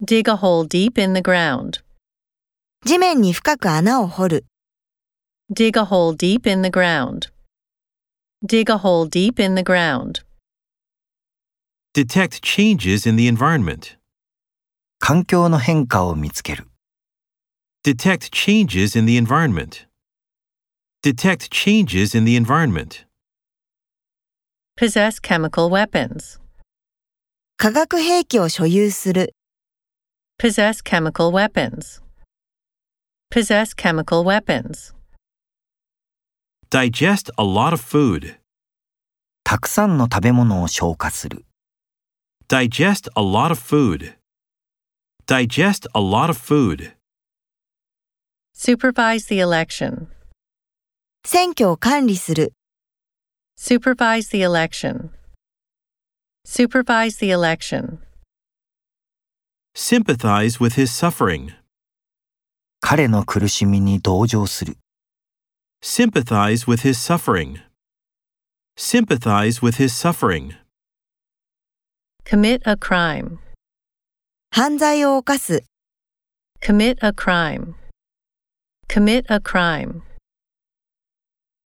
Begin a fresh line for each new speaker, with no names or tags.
Dig a hole deep in the ground.
地面に深く穴を掘る。
Dig a hole deep in the ground. Dig a hole deep in the ground.
Detect changes in the environment.
環境の変化を見つける。
Detect changes in the environment. Detect changes in the environment.
Possess chemical weapons.
化学兵器を所有する。
Possess chemical weapons. Possess chemical weapons.
Digest a lot of food.
たくさんの食べ物を消化する。
Digest a lot of food. Digest a lot of food.
Supervise the election.
選挙を管理する。
Supervise the election. Supervise the election.
Sympathize with his suffering.
彼の苦しみに同情する。
Sympathize with his suffering. Sympathize with his suffering.
Commit a crime.
犯罪を犯す。
Commit a crime. Commit a crime.